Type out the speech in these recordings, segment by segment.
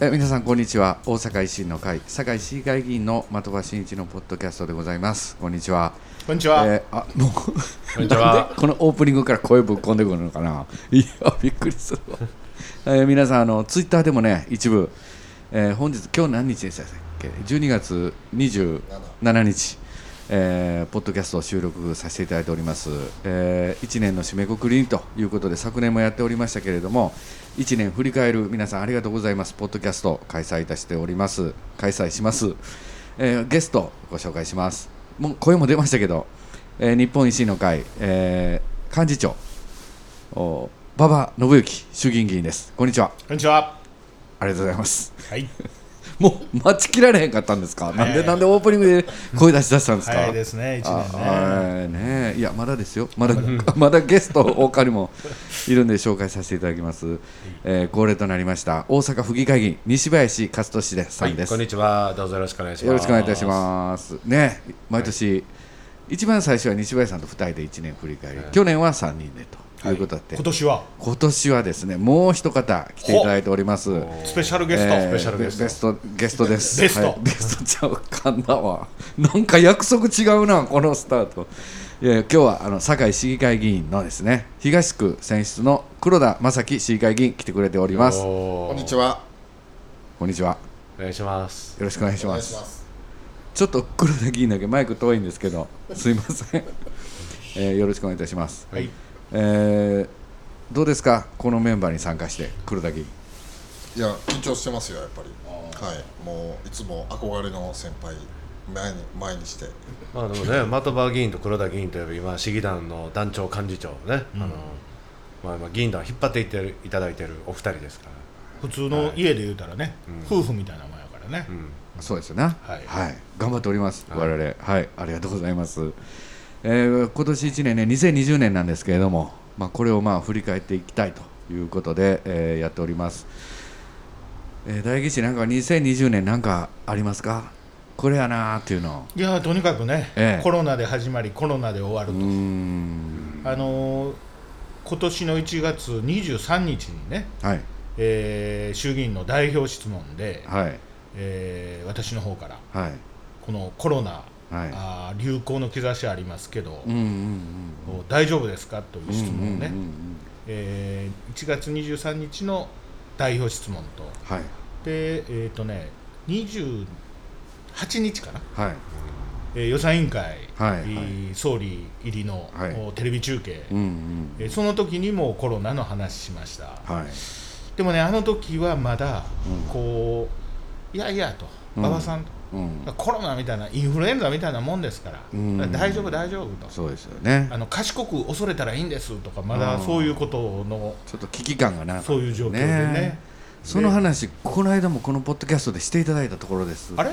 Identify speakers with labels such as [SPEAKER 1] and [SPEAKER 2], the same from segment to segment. [SPEAKER 1] え皆さんこんにちは大阪維新の会堺市議会議員の的場真一のポッドキャストでございますこんにちは
[SPEAKER 2] こんにちは。
[SPEAKER 1] えーあもう
[SPEAKER 3] こんにちは
[SPEAKER 1] なんでこのオープニングから声ぶっ込んでくるのかないやびっくりするわ、 えー皆さんあのツイッターでもね一部、えー本日今日何日でしたっけ12月27日えーポッドキャストを収録させていただいております、え1年の締めくくりにということで昨年もやっておりましたけれども1年振り返る皆さんありがとうございますポッドキャスト開催いたしております開催します、えーゲストご紹介しますもう声も出ましたけど、えー日本維新の会、えー幹事長お馬場信之衆議院議員ですこんにちは
[SPEAKER 2] こんにちは。
[SPEAKER 1] ありがとうございます
[SPEAKER 2] はい。
[SPEAKER 1] もう待ちきられへんかったんですか、なん
[SPEAKER 2] は
[SPEAKER 1] で
[SPEAKER 2] い
[SPEAKER 1] なんでオープニングで声出し出したんですか、
[SPEAKER 2] 早いですね、一
[SPEAKER 1] あ
[SPEAKER 2] 年ね。
[SPEAKER 1] あーねいやまだですよまだ まだゲスト他にもいるんで紹介させていただきます、えー恒例となりました大阪府議会議員西林勝利さんです、
[SPEAKER 3] こんにちは。どうぞよろしくお願いします。
[SPEAKER 1] よろしくお願いいたしますね毎年、一番最初は西林さんと2人で1年振り返り、去年は3人でということだって、
[SPEAKER 2] 今年は
[SPEAKER 1] 今年はですねもう一方来ていただいております
[SPEAKER 2] スペシャルゲスト。
[SPEAKER 1] えー
[SPEAKER 2] スペシャルゲス
[SPEAKER 1] ベストゲストです
[SPEAKER 2] ベスト
[SPEAKER 1] はいベストちゃうかんなわなんか約束違うな このスタートいやいや今日はあの堺市議会議員のですね東区選出の黒田正樹市議会議員来てくれております
[SPEAKER 3] こ
[SPEAKER 4] こんにち
[SPEAKER 3] は。
[SPEAKER 4] は。
[SPEAKER 1] こんにちは
[SPEAKER 3] お願いします。
[SPEAKER 1] よろしくお願いし
[SPEAKER 4] お願
[SPEAKER 1] ま
[SPEAKER 4] いし
[SPEAKER 1] す
[SPEAKER 4] ます。
[SPEAKER 1] ちょっと黒田議員だけマイク遠いんですけ どすいません、えーよろしくお願いいたします、
[SPEAKER 2] ト。はい。
[SPEAKER 1] えーどうですかこのメンバーに参加して黒田議員
[SPEAKER 4] いや緊張してますよやっぱり。はい。もういつも憧れの先輩前に前にして。
[SPEAKER 3] まあで もね、的場議員と黒田議員といえば今市議団の団長幹事長ね、あのまあ今議員団を引っ張っていってるいただいてるお二人ですから。
[SPEAKER 2] 普通の家で言うたらね、夫婦みたいなもんやからね。
[SPEAKER 1] そうですよね。
[SPEAKER 2] はい
[SPEAKER 1] 頑張っております。我々、はい、ありがとうございます。えー今年1年ね、2020年なんですけれども、まあこれをまあ振り返っていきたいということで、えーやっております。えー、大義士なんか2020年なんかありますか？これやなーっていうの。
[SPEAKER 2] いやーとにかくね、
[SPEAKER 1] ええ
[SPEAKER 2] コロナで始まりコロナで終わる
[SPEAKER 1] うーん。
[SPEAKER 2] と、あのー今年の1月23日にね、
[SPEAKER 1] はい
[SPEAKER 2] えー衆議院の代表質問で、
[SPEAKER 1] はい
[SPEAKER 2] えー私の方から
[SPEAKER 1] はい
[SPEAKER 2] このコロナ、
[SPEAKER 1] はい。
[SPEAKER 2] あー流行の兆しありますけど、
[SPEAKER 1] うんうん
[SPEAKER 2] 大丈夫ですかという
[SPEAKER 1] うん。
[SPEAKER 2] 質問をね、
[SPEAKER 1] うんうんうんうん
[SPEAKER 2] えー1月23日の代表質問と、
[SPEAKER 1] はい
[SPEAKER 2] で、えっ、とね、28日かな、
[SPEAKER 1] はい
[SPEAKER 2] えー予算委員会、
[SPEAKER 1] はいはい
[SPEAKER 2] えー総理入りの、
[SPEAKER 1] はい
[SPEAKER 2] おテレビ中継、
[SPEAKER 1] うんうん
[SPEAKER 2] えーその時にもコロナの話しました。
[SPEAKER 1] はい
[SPEAKER 2] でもね、あの時はまだ、こう、いやいやと、
[SPEAKER 1] うん
[SPEAKER 2] 馬場さんと、
[SPEAKER 1] うん
[SPEAKER 2] コロナみたいな、インフルエンザみたいなもんですから、
[SPEAKER 1] うん
[SPEAKER 2] 大丈夫、大丈夫と。
[SPEAKER 1] そうですよね
[SPEAKER 2] あ。の賢く恐れたらいいんですとか、まだそういうことの、
[SPEAKER 1] ちょっと危機感がな。
[SPEAKER 2] そういう状況でね。
[SPEAKER 1] ねその話、この間もこのポッドキャストでしていただいたところです。
[SPEAKER 2] あれ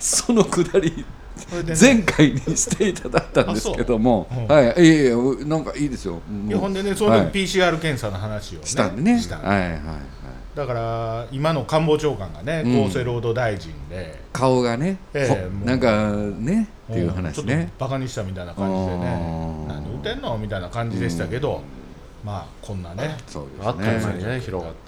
[SPEAKER 1] そのくだり、
[SPEAKER 2] それでね
[SPEAKER 1] 前回にしていただいたんですけども
[SPEAKER 2] あそうう、ん
[SPEAKER 1] はい、いやいや、なんかいいですよ。
[SPEAKER 2] い
[SPEAKER 1] も
[SPEAKER 2] や
[SPEAKER 1] う
[SPEAKER 2] ほんでね、その
[SPEAKER 1] はい
[SPEAKER 2] 時 PCR 検査の話を、ね
[SPEAKER 1] したんでね。
[SPEAKER 2] したんで
[SPEAKER 1] はいはいはい。
[SPEAKER 2] だから、今の官房長官がね、
[SPEAKER 1] うん
[SPEAKER 2] 厚生労働大臣で、
[SPEAKER 1] 顔がね、
[SPEAKER 2] ええ
[SPEAKER 1] こ
[SPEAKER 2] もう
[SPEAKER 1] なんかね、っていう話
[SPEAKER 2] うんちょっ
[SPEAKER 1] ね。
[SPEAKER 2] とバカにしたみたいな感じで
[SPEAKER 1] う
[SPEAKER 2] ね
[SPEAKER 1] ん、
[SPEAKER 2] 何言うてんのみたいな感じでしたけど、まあ、こんなね、
[SPEAKER 1] そう
[SPEAKER 3] あっとい
[SPEAKER 1] で
[SPEAKER 3] う
[SPEAKER 1] す
[SPEAKER 3] 間
[SPEAKER 1] ね。
[SPEAKER 3] にね、広がって。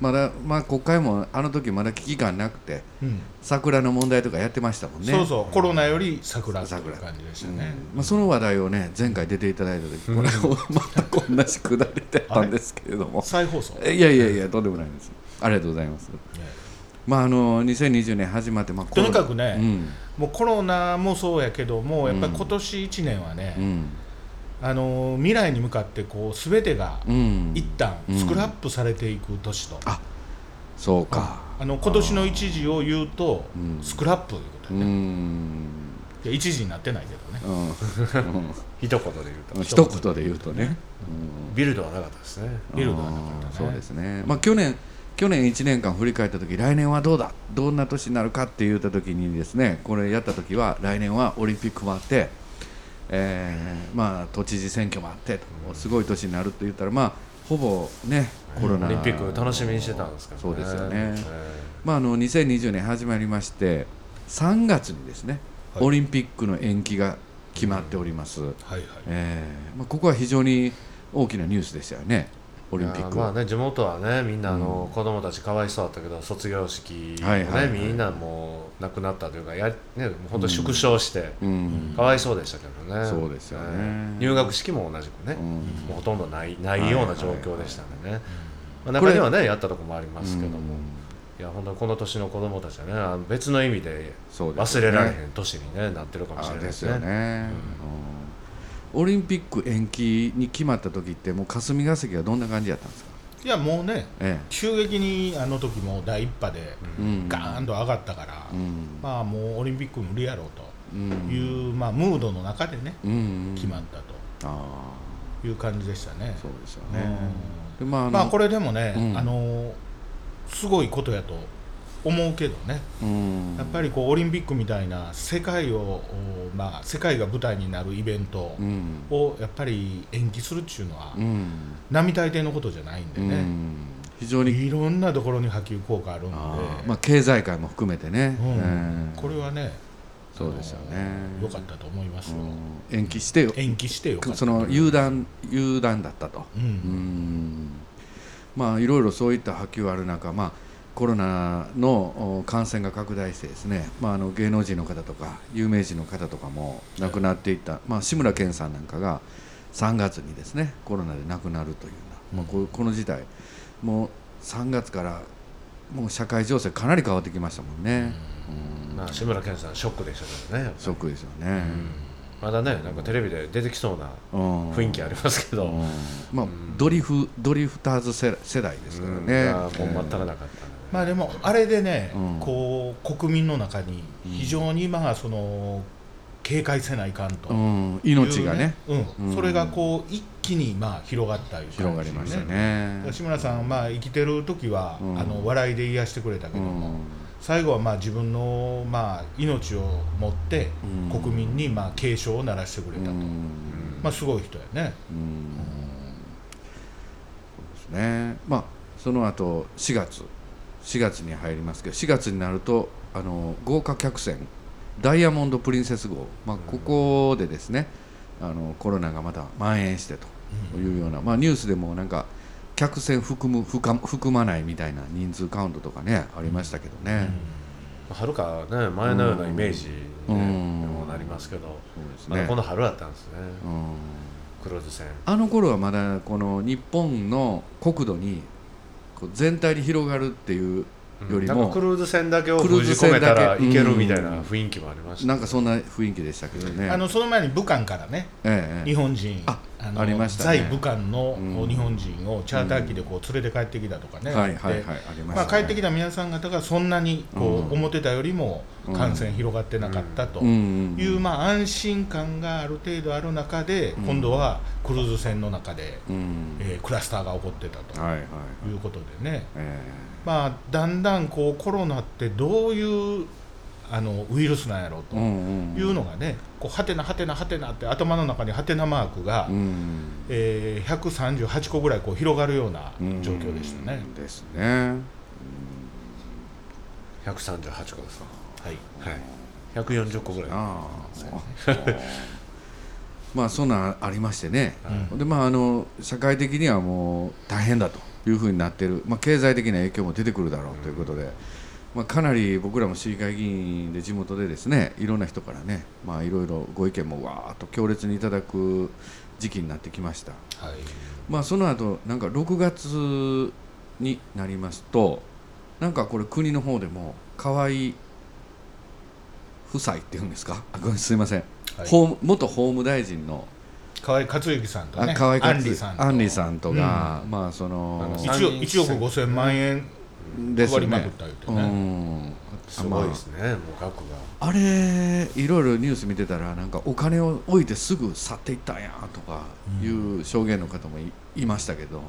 [SPEAKER 1] まだ、まあ、国会もあの時まだ危機感なくて、
[SPEAKER 2] うん
[SPEAKER 1] 桜の問題とかやってましたもんね。
[SPEAKER 2] そうそう、コロナより桜っていう
[SPEAKER 1] 桜
[SPEAKER 2] 感じでしたね。
[SPEAKER 1] まあ、その話題をね前回出ていただいた時これもまた同じくだりだったんですけれども
[SPEAKER 2] 再放送、
[SPEAKER 1] いやいやいやとんでもないですありがとうございますまああの2020年始まってまあ
[SPEAKER 2] とにか
[SPEAKER 1] く
[SPEAKER 2] くね、
[SPEAKER 1] うん
[SPEAKER 2] もうコロナもそうやけども、やっぱり今年1年は
[SPEAKER 1] う
[SPEAKER 2] ね、
[SPEAKER 1] ん
[SPEAKER 2] あの未来に向かってこう、すべてが
[SPEAKER 1] うん
[SPEAKER 2] 一旦スクラップされていく年と、
[SPEAKER 1] あそうか
[SPEAKER 2] あの今年の一時を言うと、
[SPEAKER 1] うん
[SPEAKER 2] スクラップということ
[SPEAKER 1] う
[SPEAKER 2] で、
[SPEAKER 1] ん
[SPEAKER 2] ね
[SPEAKER 1] うん
[SPEAKER 2] いや一時になってないけどね、
[SPEAKER 3] 一言で言うと、
[SPEAKER 1] 一言で言うとね
[SPEAKER 3] ビルドはなかったですね。
[SPEAKER 2] ビルドはなかったね
[SPEAKER 1] うんそうですねまあ去年去年1年間振り返った時来年はどうだどんな年になるかって言った時にですねこれやった時は来年はオリンピックもあって、えーまあ都知事選挙もあってとすごい年になるって言ったらまあほぼねコロナ
[SPEAKER 3] オリンピック楽しみにしてたんですからね。
[SPEAKER 1] そうですよね
[SPEAKER 3] え
[SPEAKER 1] まあ、あの2020年始まりまして3月にですね、
[SPEAKER 2] はい
[SPEAKER 1] オリンピックの延期が決まっております、
[SPEAKER 2] はいはい、
[SPEAKER 1] えーまあ、ここは非常に大きなニュースでしたよねオリンピック
[SPEAKER 3] いやま
[SPEAKER 1] は
[SPEAKER 3] あね地元はねみんなあの、子供たちかわいそうだったけど卒業式もね、
[SPEAKER 1] はいはいはい
[SPEAKER 3] みんなもう亡くなったというかや、ね、もう本当に縮小して、
[SPEAKER 1] うん
[SPEAKER 3] かわいそうでしたけどね
[SPEAKER 1] そうですよね
[SPEAKER 3] 入学式も同じくね、
[SPEAKER 1] うん
[SPEAKER 3] もうほとんどないないような状況でしたんでね、まあ
[SPEAKER 1] これ
[SPEAKER 3] 中にはねやったとこもありますけども、
[SPEAKER 1] うん
[SPEAKER 3] いや本当にこの年の子供たちはねあの別の意味で
[SPEAKER 1] そうです
[SPEAKER 3] 忘
[SPEAKER 1] よね
[SPEAKER 3] れられへん年に、ね、なってるかもしれ
[SPEAKER 1] あ
[SPEAKER 3] ない
[SPEAKER 1] ですよね、うんオリンピック延期に決まった時ってもう霞が関はどんな感じやったんですか、
[SPEAKER 2] いやもうね
[SPEAKER 1] え
[SPEAKER 2] 急激にあの時も第一波で
[SPEAKER 1] えうん、
[SPEAKER 2] ガーンと上がったから、
[SPEAKER 1] うん
[SPEAKER 2] まあもうオリンピック無理やろう
[SPEAKER 1] うん
[SPEAKER 2] という、まあ、ムードの中でね
[SPEAKER 1] うん
[SPEAKER 2] 決まった
[SPEAKER 1] あ
[SPEAKER 2] という感じでしたね
[SPEAKER 1] あ。そうですよ
[SPEAKER 2] う
[SPEAKER 1] ね、
[SPEAKER 2] ん
[SPEAKER 1] でまあの
[SPEAKER 2] まあこれでもね、
[SPEAKER 1] うん
[SPEAKER 2] あのすごいことやと思うけどね、
[SPEAKER 1] うん
[SPEAKER 2] やっぱりこうオリンピックみたいな世界を、おまあ、世界が舞台になるイベント
[SPEAKER 1] うん
[SPEAKER 2] をやっぱり延期するっていうのは、
[SPEAKER 1] うん
[SPEAKER 2] 並大抵のことじゃないんで
[SPEAKER 1] う
[SPEAKER 2] ね、
[SPEAKER 1] ん非常に
[SPEAKER 2] いろんなところに波及効果あるんで、
[SPEAKER 1] ああまあ、経済界も含めてね、
[SPEAKER 2] うん
[SPEAKER 1] ええ
[SPEAKER 2] これはね、
[SPEAKER 1] そうですよね
[SPEAKER 2] あの良かったと思いますよ、
[SPEAKER 1] うん延期して
[SPEAKER 2] 延期してよかった
[SPEAKER 1] その
[SPEAKER 2] う、
[SPEAKER 1] 油断油断だったと、
[SPEAKER 2] う
[SPEAKER 1] うんんまあいろいろそういった波及ある中、まあ、コロナのお感染が拡大してですね、まあ、あの芸能人の方とか有名人の方とかも亡くなっていった、まあ、志村けんさんなんかが3月にですねコロナで亡くなるというような、まあ、こうこの事態もう3月からもう社会情勢かなり変わってきましたもんね。うん
[SPEAKER 3] まあ、志村けんさんショックでしたけどねやっぱり
[SPEAKER 1] ショックですよね。
[SPEAKER 3] まだねなんかテレビで出てきそうな
[SPEAKER 1] うん
[SPEAKER 3] 雰囲気ありますけど、
[SPEAKER 1] うんまあ、ドリフドリフターズ世世代ですからね。
[SPEAKER 3] うんまあもう全くなかったね、
[SPEAKER 2] まあでもあれでね、
[SPEAKER 1] うん
[SPEAKER 2] こう国民の中に非常にまあその警戒せないかんと、
[SPEAKER 1] うん、命がね
[SPEAKER 2] いうね、うん
[SPEAKER 1] うん
[SPEAKER 2] それがこう一気にまあ広がったいう感じ
[SPEAKER 1] 広がりましたね。
[SPEAKER 2] 志村さんはまあ生きてる時は、
[SPEAKER 1] うん
[SPEAKER 2] あの笑いで癒してくれたけ
[SPEAKER 1] う
[SPEAKER 2] ども、
[SPEAKER 1] ん
[SPEAKER 2] 最後はまあ自分のまあ命を持って、
[SPEAKER 1] うん
[SPEAKER 2] 国民にまあ警鐘を鳴らしてくれたと、
[SPEAKER 1] うん
[SPEAKER 2] まあすごい人やね、
[SPEAKER 1] うんそうですね。まあその後4月4月に入りますけど4月になるとあの豪華客船ダイヤモンド・プリンセス号、まあ、ここでですね、あのコロナがまた蔓延してというような、まあ、ニュースでもなんか客船含む含む含まないみたいな人数カウントとかねありましたけどね。
[SPEAKER 3] はるかね前のようなイメージ
[SPEAKER 1] う
[SPEAKER 3] に
[SPEAKER 1] ん
[SPEAKER 3] ねもなりますけど、
[SPEAKER 1] そうです
[SPEAKER 3] まだ
[SPEAKER 1] ね
[SPEAKER 3] この春だったんですね、
[SPEAKER 1] うん
[SPEAKER 3] クローズ船
[SPEAKER 1] あの頃はまだこの日本の国土にこう全体に広がるっていうより
[SPEAKER 3] なんか
[SPEAKER 1] も
[SPEAKER 3] クルーズ船だけを
[SPEAKER 1] クルー
[SPEAKER 3] 封
[SPEAKER 1] ズ
[SPEAKER 3] じ
[SPEAKER 1] 船
[SPEAKER 3] 込めた
[SPEAKER 1] だ
[SPEAKER 3] ら
[SPEAKER 1] け
[SPEAKER 3] いけるみたいな雰囲気もありました、
[SPEAKER 1] なんかそんな雰囲気でしたけどね。
[SPEAKER 2] あのその前に武漢からね
[SPEAKER 1] えええ
[SPEAKER 2] 日本人
[SPEAKER 1] あ
[SPEAKER 2] の
[SPEAKER 1] ありましたね
[SPEAKER 2] 在武漢の
[SPEAKER 1] うん
[SPEAKER 2] 日本人をチャーター機でこう連れて帰ってきたとか
[SPEAKER 1] え
[SPEAKER 2] ね、
[SPEAKER 1] はいはい
[SPEAKER 2] で
[SPEAKER 1] はいありま
[SPEAKER 2] ま
[SPEAKER 1] し
[SPEAKER 2] あ、
[SPEAKER 1] た、ね。
[SPEAKER 2] 帰ってきた皆さん方がそんなにこ
[SPEAKER 1] うん
[SPEAKER 2] う思ってたよりも
[SPEAKER 1] うん
[SPEAKER 2] 感染広がってなかったと
[SPEAKER 1] うんうんうん
[SPEAKER 2] いう、まあ、安心感がある程度ある中で、
[SPEAKER 1] ん
[SPEAKER 2] 今度はクルーズ船の中で、
[SPEAKER 1] うん
[SPEAKER 2] えークラスターが起こってたと
[SPEAKER 1] はいはいはい。
[SPEAKER 2] いうことでね、
[SPEAKER 1] え
[SPEAKER 2] まあ、だんだんこうコロナってどういうあのウイルスなんやろう
[SPEAKER 1] え
[SPEAKER 2] と。
[SPEAKER 1] うんうん
[SPEAKER 2] いうのがね、こうはてなはてなはてなって頭の中にはてなマークが、
[SPEAKER 1] うん
[SPEAKER 2] えー138個ぐらいこう広がるような状況でしたね。
[SPEAKER 1] ですね。
[SPEAKER 3] 138個ですか
[SPEAKER 2] はい、
[SPEAKER 3] はい140個ぐらい
[SPEAKER 1] ああ。 まあそんなんありましてね。
[SPEAKER 2] うん
[SPEAKER 1] でまああの社会的にはもう大変だというふうになってる、まあ、経済的な影響も出てくるだろうということで、まあ、かなり僕らも市議会議員で地元でですねいろんな人からね、まあ、いろいろご意見もわーっと強烈にいただく時期になってきました、
[SPEAKER 2] はい
[SPEAKER 1] まあ、その後なんか6月になりますとなんかこれ国の方でも河合夫妻っていうんですかあごめんすいません、
[SPEAKER 2] はい
[SPEAKER 1] 法務元法務大臣の
[SPEAKER 2] 河合克行さんと
[SPEAKER 1] あ
[SPEAKER 2] ね、
[SPEAKER 1] 河合克
[SPEAKER 2] アンリさんと
[SPEAKER 1] アンリさんとか、まあその
[SPEAKER 3] あの
[SPEAKER 2] 1億1億5000万円
[SPEAKER 1] ですよ
[SPEAKER 2] 配りまく
[SPEAKER 1] ね
[SPEAKER 2] った言って
[SPEAKER 1] う
[SPEAKER 2] ね、
[SPEAKER 1] ん
[SPEAKER 3] すごいですね、もう額が
[SPEAKER 1] あれいろいろニュース見てたらなんかお金を置いてすぐ去っていったんやとかいう証言の方もい,、ましたけど、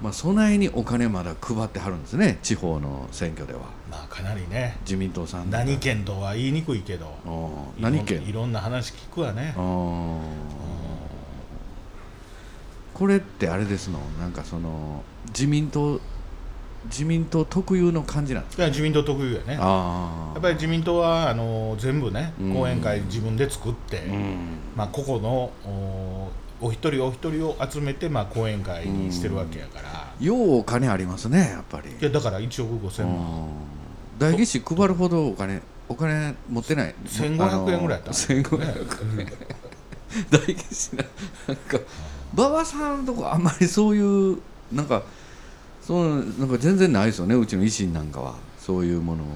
[SPEAKER 1] まあ、そないにお金まだ配ってはるんですね地方の選挙では
[SPEAKER 2] まあかなりね、
[SPEAKER 1] 自民党さんとか
[SPEAKER 2] 何県とは言いにくいけど、
[SPEAKER 1] うん
[SPEAKER 2] いろん
[SPEAKER 1] 何県
[SPEAKER 2] いろんな話聞くわね
[SPEAKER 1] う、んこれってあれですのなんかその自民党自民党特有の感じなんです
[SPEAKER 2] いや自民党特有やね、や
[SPEAKER 1] ああ
[SPEAKER 2] っぱり自民党はあの全部ね、
[SPEAKER 1] うん
[SPEAKER 2] 後援会自分で作って、
[SPEAKER 1] うん
[SPEAKER 2] まあ、個々のおお一人お一人を集めて、まあ、講演会にしてるわけやから、
[SPEAKER 1] ようお金ありますねやっぱり
[SPEAKER 2] いやだから1億5000万、
[SPEAKER 1] うん代議士配るほどお金お金持ってない
[SPEAKER 2] 1500円ぐらいやった
[SPEAKER 1] 千五百円代議士ななんか馬場さんのとこあんまりそういうなんかそうなんか全然ないですよねうちの維新なんかはそういうものを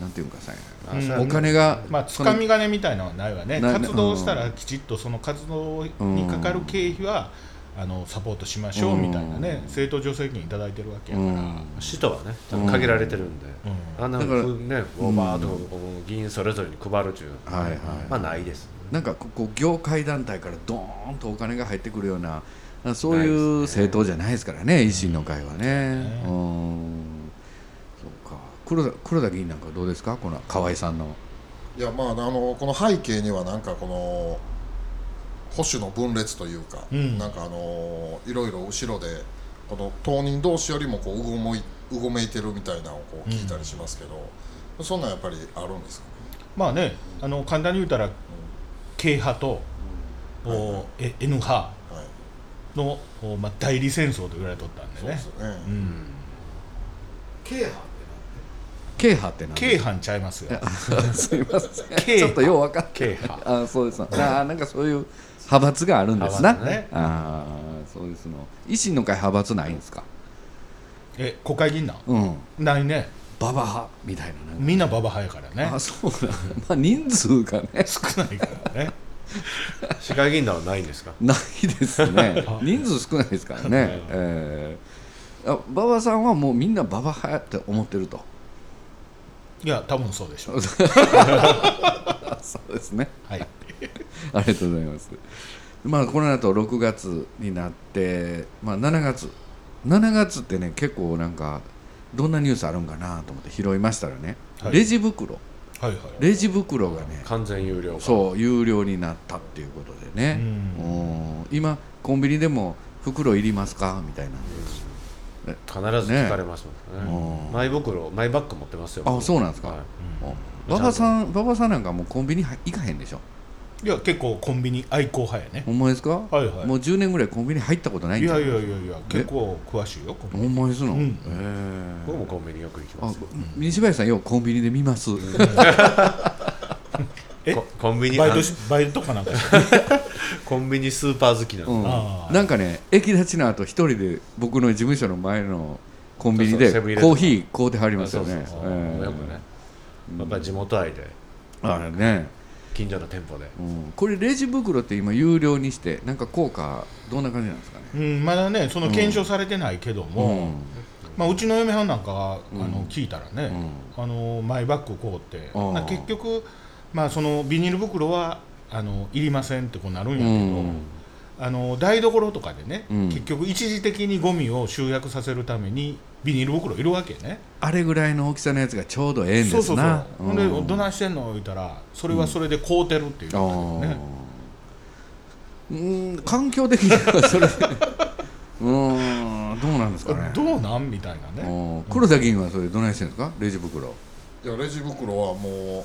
[SPEAKER 1] なんていうんかさ
[SPEAKER 3] あ
[SPEAKER 2] うん
[SPEAKER 3] そうやね
[SPEAKER 1] お金が
[SPEAKER 2] まあ、つかみ金みたいなのはないわね
[SPEAKER 1] な
[SPEAKER 2] 活動したらきちっとその活動にかかる経費は、あのサポートしましょうみたいなね、
[SPEAKER 1] うん
[SPEAKER 2] 政党助成金いただいてるわけ
[SPEAKER 1] う
[SPEAKER 2] やから、
[SPEAKER 1] ん
[SPEAKER 3] 使途はねちょっと限られてるんで、
[SPEAKER 2] うん
[SPEAKER 3] あんな
[SPEAKER 1] だから
[SPEAKER 3] ふうにねオーバーと議員それぞれに配るというの
[SPEAKER 1] はいはい
[SPEAKER 3] まあないです
[SPEAKER 1] なんかここう業界団体からドーンとお金が入ってくるようなあそういう政党じゃないですからね維新の会はね。うんそうか黒田黒田議員なんかどうですかこの河合さんの。
[SPEAKER 4] いやまああのこの背景にはなんかこの保守の分裂というか、
[SPEAKER 2] うん
[SPEAKER 4] なんかあのいろいろ後ろでこの当人同士よりもこううごもいうごめいてるみたいなのをこう聞いたりしますけど、そんなんやっぱりあるんですか
[SPEAKER 2] まあねあの簡単に言うたら K 派と、
[SPEAKER 4] うんはいは
[SPEAKER 2] おえ N 派
[SPEAKER 4] ね、はい、
[SPEAKER 2] の、おまあ、代理戦争と言われとったんで
[SPEAKER 4] そうで
[SPEAKER 2] ね
[SPEAKER 4] すよね、
[SPEAKER 2] うん、
[SPEAKER 5] 京阪
[SPEAKER 1] 慶派ってなん
[SPEAKER 2] 軽
[SPEAKER 1] ですか。
[SPEAKER 2] 犯ちゃいますよ
[SPEAKER 1] すいません。
[SPEAKER 2] K
[SPEAKER 1] ちょっとよう分かって。
[SPEAKER 3] 軽 派
[SPEAKER 1] あそうですな。あなんかそういう派閥があるんですな。
[SPEAKER 3] 派閥ね
[SPEAKER 1] ああそうですの。維新の会派閥ないんですか。
[SPEAKER 2] え国会議員なん
[SPEAKER 1] うん。
[SPEAKER 2] ないね
[SPEAKER 1] 馬場派みたいななんか。
[SPEAKER 2] みんなババ派やからね
[SPEAKER 1] あそうだ。まあ人数がね。
[SPEAKER 2] 少ないからね
[SPEAKER 3] 市会議員団はないんですか
[SPEAKER 1] ないです ね人数少ないですからね、えー、あ馬場さんはもうみんな馬場派やって思ってると
[SPEAKER 2] いや多分そうでしょう
[SPEAKER 1] そうですね
[SPEAKER 2] はい
[SPEAKER 1] ありがとうございますまあこの後6月になって、まあ、7月7月ってね結構なんかどんなニュースあるんかなと思って拾いましたらね、
[SPEAKER 2] はい
[SPEAKER 1] レジ袋
[SPEAKER 2] はいはい
[SPEAKER 1] レジ袋がね
[SPEAKER 3] 完全有料化
[SPEAKER 1] そう有料になったっていうことでね
[SPEAKER 2] うん
[SPEAKER 1] うん今コンビニでも袋いりますかみたいなんで
[SPEAKER 3] 必ず聞かれますもんね
[SPEAKER 1] うん
[SPEAKER 3] マイ袋マイバッグ持ってますよ
[SPEAKER 1] あそうなんですか
[SPEAKER 3] はい
[SPEAKER 1] 馬場さん馬場さんなんかもうコンビニは行かへんでしょ
[SPEAKER 2] いや結構コンビニ愛好派やね
[SPEAKER 1] ほんまですか、
[SPEAKER 2] はいはい
[SPEAKER 1] もう10年ぐらいコンビニ入ったことないん
[SPEAKER 2] い
[SPEAKER 1] じゃ
[SPEAKER 2] や
[SPEAKER 1] ん
[SPEAKER 2] いやいやいや結構詳しいよコンビ
[SPEAKER 1] ほんまですの、
[SPEAKER 2] うん
[SPEAKER 1] へ
[SPEAKER 3] 僕
[SPEAKER 1] え
[SPEAKER 3] もコンビニよく行きま
[SPEAKER 1] あ
[SPEAKER 3] すよ
[SPEAKER 1] 西林さんようコンビニで見ます
[SPEAKER 2] え
[SPEAKER 3] ココンビ
[SPEAKER 2] ニ
[SPEAKER 3] ニ
[SPEAKER 2] バイトしバイトかなんかして
[SPEAKER 3] コンビニスーパー好きな
[SPEAKER 1] う
[SPEAKER 3] の
[SPEAKER 1] ん
[SPEAKER 2] あー
[SPEAKER 1] なんかね駅立ちの後一人で僕の事務所の前のコンビニで
[SPEAKER 3] そ
[SPEAKER 1] コ
[SPEAKER 3] うそうセブンイレブン
[SPEAKER 1] ーヒー買うてはりますよね
[SPEAKER 3] そう
[SPEAKER 1] え
[SPEAKER 3] そうそう
[SPEAKER 1] え
[SPEAKER 3] よくねやっぱり地元愛で
[SPEAKER 1] あれね、
[SPEAKER 3] 近所の店舗で
[SPEAKER 1] うん、これレジ袋って今有料にしてなんか効果どんな感じなんですかね
[SPEAKER 2] うんまだねその検証されてないけども、まあ、うちの嫁はんなんかはあの聞いたらね、あのマイバッグこうって、
[SPEAKER 1] うん
[SPEAKER 2] な結局、まあ、そのビニール袋はあのいりませんってこうなるんや
[SPEAKER 1] う
[SPEAKER 2] けど、
[SPEAKER 1] ん、
[SPEAKER 2] あの台所とかでね、
[SPEAKER 1] うん
[SPEAKER 2] 結局一時的にゴミを集約させるためにビニール袋いるわけね、
[SPEAKER 1] あれぐらいの大きさのやつがちょうどええんです
[SPEAKER 2] そ
[SPEAKER 1] な
[SPEAKER 2] うそうそう、ほんで
[SPEAKER 1] うん
[SPEAKER 2] どないしてんの言ったらそれはそれで凍ってるっていう
[SPEAKER 1] あ
[SPEAKER 2] わけね、
[SPEAKER 1] ーうーん環境的にはそれうーんどうなんですかね
[SPEAKER 2] どうなんみたいなね、
[SPEAKER 1] うん黒田議員はそれどないしてるんですかレジ袋
[SPEAKER 4] いやレジ袋はもう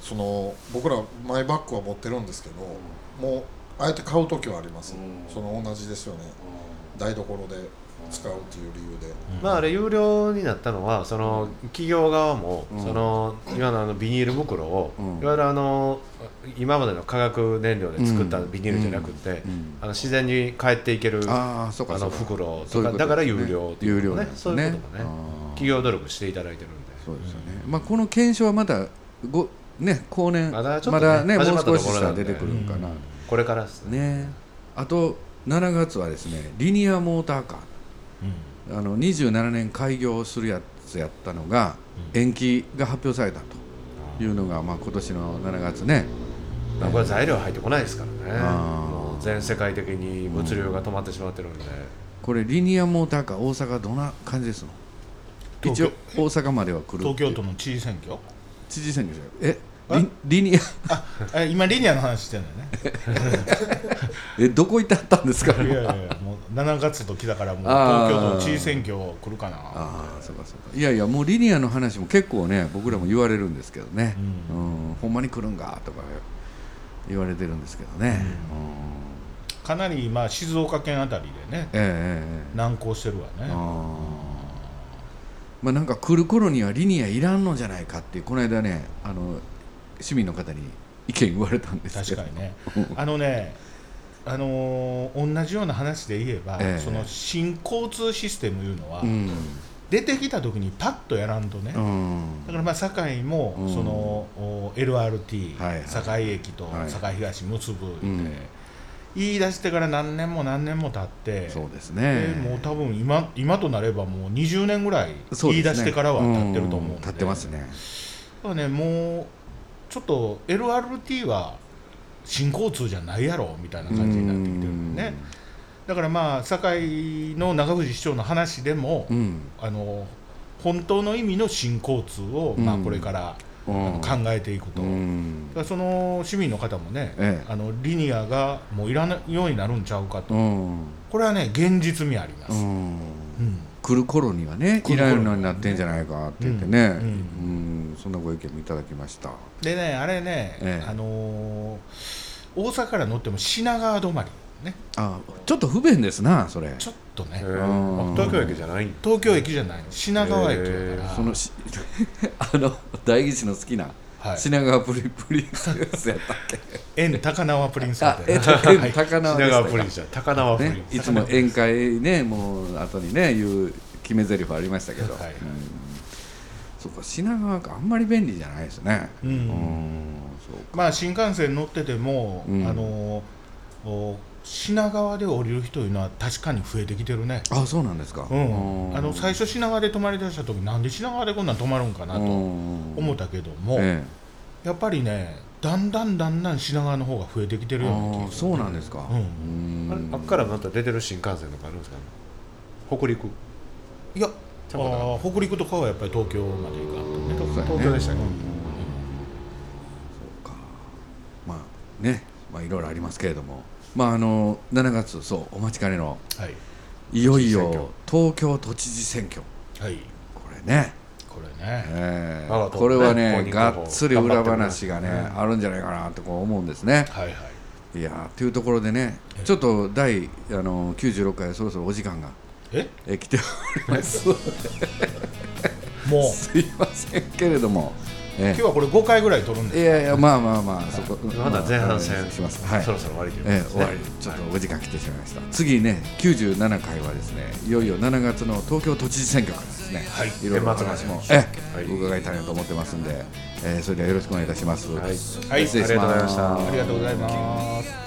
[SPEAKER 4] その僕らマイバッグは持ってるんですけど、もうあえて買う時はあります、その同じですよね、台所で使うっていう理由で、
[SPEAKER 3] まああれ有料になったのはその企業側も
[SPEAKER 1] うん
[SPEAKER 3] その今のあのビニール袋を
[SPEAKER 1] うん
[SPEAKER 3] いわゆるあの今までの化学燃料で作った
[SPEAKER 1] うん
[SPEAKER 3] ビニールじゃなくて
[SPEAKER 1] うん
[SPEAKER 3] あの自然に帰っていけるあ
[SPEAKER 1] ああそうかそ
[SPEAKER 3] の
[SPEAKER 1] うか
[SPEAKER 3] 袋
[SPEAKER 1] そ
[SPEAKER 3] と
[SPEAKER 1] ういうことです
[SPEAKER 3] か
[SPEAKER 1] ね
[SPEAKER 3] だから有料ってい
[SPEAKER 1] 有
[SPEAKER 3] う
[SPEAKER 1] 料
[SPEAKER 3] こと
[SPEAKER 1] なん
[SPEAKER 3] ね
[SPEAKER 1] です
[SPEAKER 3] そ
[SPEAKER 1] ね
[SPEAKER 3] ういうこともね
[SPEAKER 1] あー
[SPEAKER 3] 企業努力していただいてるんで
[SPEAKER 1] そうですよね、まあこの検証はまだごね後年
[SPEAKER 3] まだちょっとね
[SPEAKER 1] ねもう
[SPEAKER 3] 始まった
[SPEAKER 1] 少
[SPEAKER 3] と
[SPEAKER 1] し
[SPEAKER 3] ころ
[SPEAKER 1] し
[SPEAKER 3] な
[SPEAKER 1] たら
[SPEAKER 3] んで
[SPEAKER 1] 出てくるのかな、
[SPEAKER 3] これからですね
[SPEAKER 1] ねあと7月はですねリニアモーターカー
[SPEAKER 2] うん
[SPEAKER 1] あの27年開業するやつやったのが延期が発表されたというのが、まあ今年の7月ね、
[SPEAKER 3] まあこれ材料入ってこないですからね
[SPEAKER 1] あー
[SPEAKER 3] もう全世界的に物流が止まってしまってるんで
[SPEAKER 1] これ、リニアモーターカー、大阪、どんな感じですの
[SPEAKER 2] 東
[SPEAKER 1] 一
[SPEAKER 2] 京
[SPEAKER 1] 応、大阪までは来る
[SPEAKER 2] 東京都の知事選 挙
[SPEAKER 1] 知事選挙ですよえリリニア、
[SPEAKER 2] あ今リニアの話してんだよね
[SPEAKER 1] えどこ行ってあったんですか、
[SPEAKER 2] いやいやいやもう7月と来たからもう
[SPEAKER 1] あー
[SPEAKER 2] 東京都の知事選挙来るかな
[SPEAKER 1] ああ、そうかそうか、いやいや、もうリニアの話も結構ね、僕らも言われるんですけどね、うんほんまに来るんかとか言われてるんですけどね、うん
[SPEAKER 2] かなりまあ静岡県あたりでね
[SPEAKER 1] ええええええ
[SPEAKER 2] 難航してるわね
[SPEAKER 1] あーまあなんか来る頃にはリニアいらんのじゃないかってこの間ねあの市民の方に意見言われたんですけ
[SPEAKER 2] 確
[SPEAKER 1] ど
[SPEAKER 2] かにねあのねあのー同じような話で言えば、
[SPEAKER 1] ええ
[SPEAKER 2] その新交通システムいうのは、
[SPEAKER 1] うん
[SPEAKER 2] 出てきた時にパッとやらんとね、
[SPEAKER 1] うん
[SPEAKER 2] だからまあ堺も、
[SPEAKER 1] うん
[SPEAKER 2] そのお LRT、
[SPEAKER 1] はいはい
[SPEAKER 2] 堺駅と
[SPEAKER 1] はい
[SPEAKER 2] 堺東結ぶって、
[SPEAKER 1] うん
[SPEAKER 2] 言い出してから何年も何年も経って
[SPEAKER 1] そうです
[SPEAKER 2] で
[SPEAKER 1] ね
[SPEAKER 2] もう多分今今となればもう20年ぐらい
[SPEAKER 1] そう
[SPEAKER 2] 言
[SPEAKER 1] で
[SPEAKER 2] い
[SPEAKER 1] すね
[SPEAKER 2] 出してからは経ってると思うんで、
[SPEAKER 1] ん経ってますね
[SPEAKER 2] だからねもうちょっと LRT は新交通じゃないやろみたいな感じになってきてるんでねだからまあ堺の中藤市長の話でも、
[SPEAKER 1] うん
[SPEAKER 2] あの本当の意味の新交通を、まあ、
[SPEAKER 1] うん
[SPEAKER 2] これから、
[SPEAKER 1] う
[SPEAKER 2] あ
[SPEAKER 1] ん
[SPEAKER 2] の考えていくと、
[SPEAKER 1] う
[SPEAKER 2] だ
[SPEAKER 1] ん
[SPEAKER 2] からその市民の方もね、
[SPEAKER 1] ええ
[SPEAKER 2] あのリニアがもういらないようになるんちゃうかと、
[SPEAKER 1] うん
[SPEAKER 2] これはね現実味あります、
[SPEAKER 1] う
[SPEAKER 2] うん
[SPEAKER 1] ん来る頃にはねいらんようになってんじゃないかって言ってね
[SPEAKER 2] うん
[SPEAKER 1] うんそんなご意見もいただきました
[SPEAKER 2] でねあれね、
[SPEAKER 1] ええ
[SPEAKER 2] あのー大阪から乗っても品川止まりね
[SPEAKER 1] あちょっと不便ですなそれ
[SPEAKER 2] ちょっとね、
[SPEAKER 3] えー
[SPEAKER 1] うん
[SPEAKER 3] あ東京駅じゃないんだ
[SPEAKER 2] 東京駅じゃない品川駅だから、
[SPEAKER 3] えー
[SPEAKER 1] そのし あの大義士の好きな
[SPEAKER 2] はい、
[SPEAKER 1] 品川プリプリンスやったっけ
[SPEAKER 2] 円高輪プリンス
[SPEAKER 1] あ
[SPEAKER 2] ホテ
[SPEAKER 1] え
[SPEAKER 2] ル
[SPEAKER 1] っとえ高輪
[SPEAKER 3] 品
[SPEAKER 1] でした
[SPEAKER 3] 川
[SPEAKER 1] か
[SPEAKER 3] プリンスじゃない高輪プリン
[SPEAKER 1] ね、いつも宴会ねもう後にねいう決め台詞ありましたけど、
[SPEAKER 2] はい
[SPEAKER 1] うんそうか品川かあんまり便利じゃないですね
[SPEAKER 2] うん
[SPEAKER 1] んそうか
[SPEAKER 2] まあ新幹線乗ってても、
[SPEAKER 1] うん
[SPEAKER 2] あのお品川で降りる人いうのは確かに増えてきてるね
[SPEAKER 1] あそうなんですか、
[SPEAKER 2] うん、あの最
[SPEAKER 1] 初
[SPEAKER 2] 初品川で泊まりだした時なんで品川でこんなん泊まるんかなと思ったけども、
[SPEAKER 1] え
[SPEAKER 2] やっぱりねだんだんだんだん品川の方が増えてきて
[SPEAKER 1] え
[SPEAKER 2] るような気
[SPEAKER 1] あ
[SPEAKER 2] がする
[SPEAKER 1] そうなんですか、
[SPEAKER 2] うん
[SPEAKER 1] うん
[SPEAKER 3] あれあっからまた出てる新幹線とかあるんですかね北陸
[SPEAKER 2] いや
[SPEAKER 3] ち
[SPEAKER 2] あ
[SPEAKER 3] ゃうかな
[SPEAKER 2] ー北陸とかはやっぱり東京まで行かん
[SPEAKER 1] そう
[SPEAKER 2] とね
[SPEAKER 1] やね
[SPEAKER 3] 東京でしたっけ
[SPEAKER 1] そうかまあねまあいろいろありますけれどもまああの7月そうお待ちかねの
[SPEAKER 2] はい
[SPEAKER 1] いよい
[SPEAKER 3] 都知事
[SPEAKER 1] よ東京都知事選挙
[SPEAKER 2] はい
[SPEAKER 1] これね
[SPEAKER 2] これね
[SPEAKER 1] ええ
[SPEAKER 3] 我が党のね
[SPEAKER 1] これは
[SPEAKER 3] 公
[SPEAKER 1] ね
[SPEAKER 3] 認候
[SPEAKER 1] が
[SPEAKER 3] 補
[SPEAKER 1] っつり裏話がね
[SPEAKER 3] 頑張って
[SPEAKER 1] あるんじゃないかなとこう思うんですね。
[SPEAKER 2] はいはい
[SPEAKER 1] いやーというところでねちょっと第あの96回そろそろお時間が
[SPEAKER 2] え
[SPEAKER 1] え来ております
[SPEAKER 2] もう
[SPEAKER 1] すいませんけれども、え
[SPEAKER 2] 今日はこれ5回ぐらい撮るん
[SPEAKER 1] え
[SPEAKER 2] で
[SPEAKER 1] いやいやまあまあまあそこ
[SPEAKER 3] まだ前半戦
[SPEAKER 1] あしますはい
[SPEAKER 3] そろそろ終わりということ
[SPEAKER 1] え
[SPEAKER 3] で
[SPEAKER 1] ー
[SPEAKER 3] す
[SPEAKER 1] 終
[SPEAKER 3] ね
[SPEAKER 1] わりちょっとお時間来てしまいました、次ね97回はですねいよいよ7月の東京都知事選挙からですね、
[SPEAKER 2] はい
[SPEAKER 1] いろいろお話も、
[SPEAKER 3] 年末ま
[SPEAKER 1] え
[SPEAKER 3] で
[SPEAKER 1] え
[SPEAKER 3] はい
[SPEAKER 1] 伺いたいなと思ってますんで、えーそれではよろしくお願いいたします、
[SPEAKER 3] はい
[SPEAKER 2] はい
[SPEAKER 1] 失礼します
[SPEAKER 3] ありがとうございました
[SPEAKER 2] ありがとうございます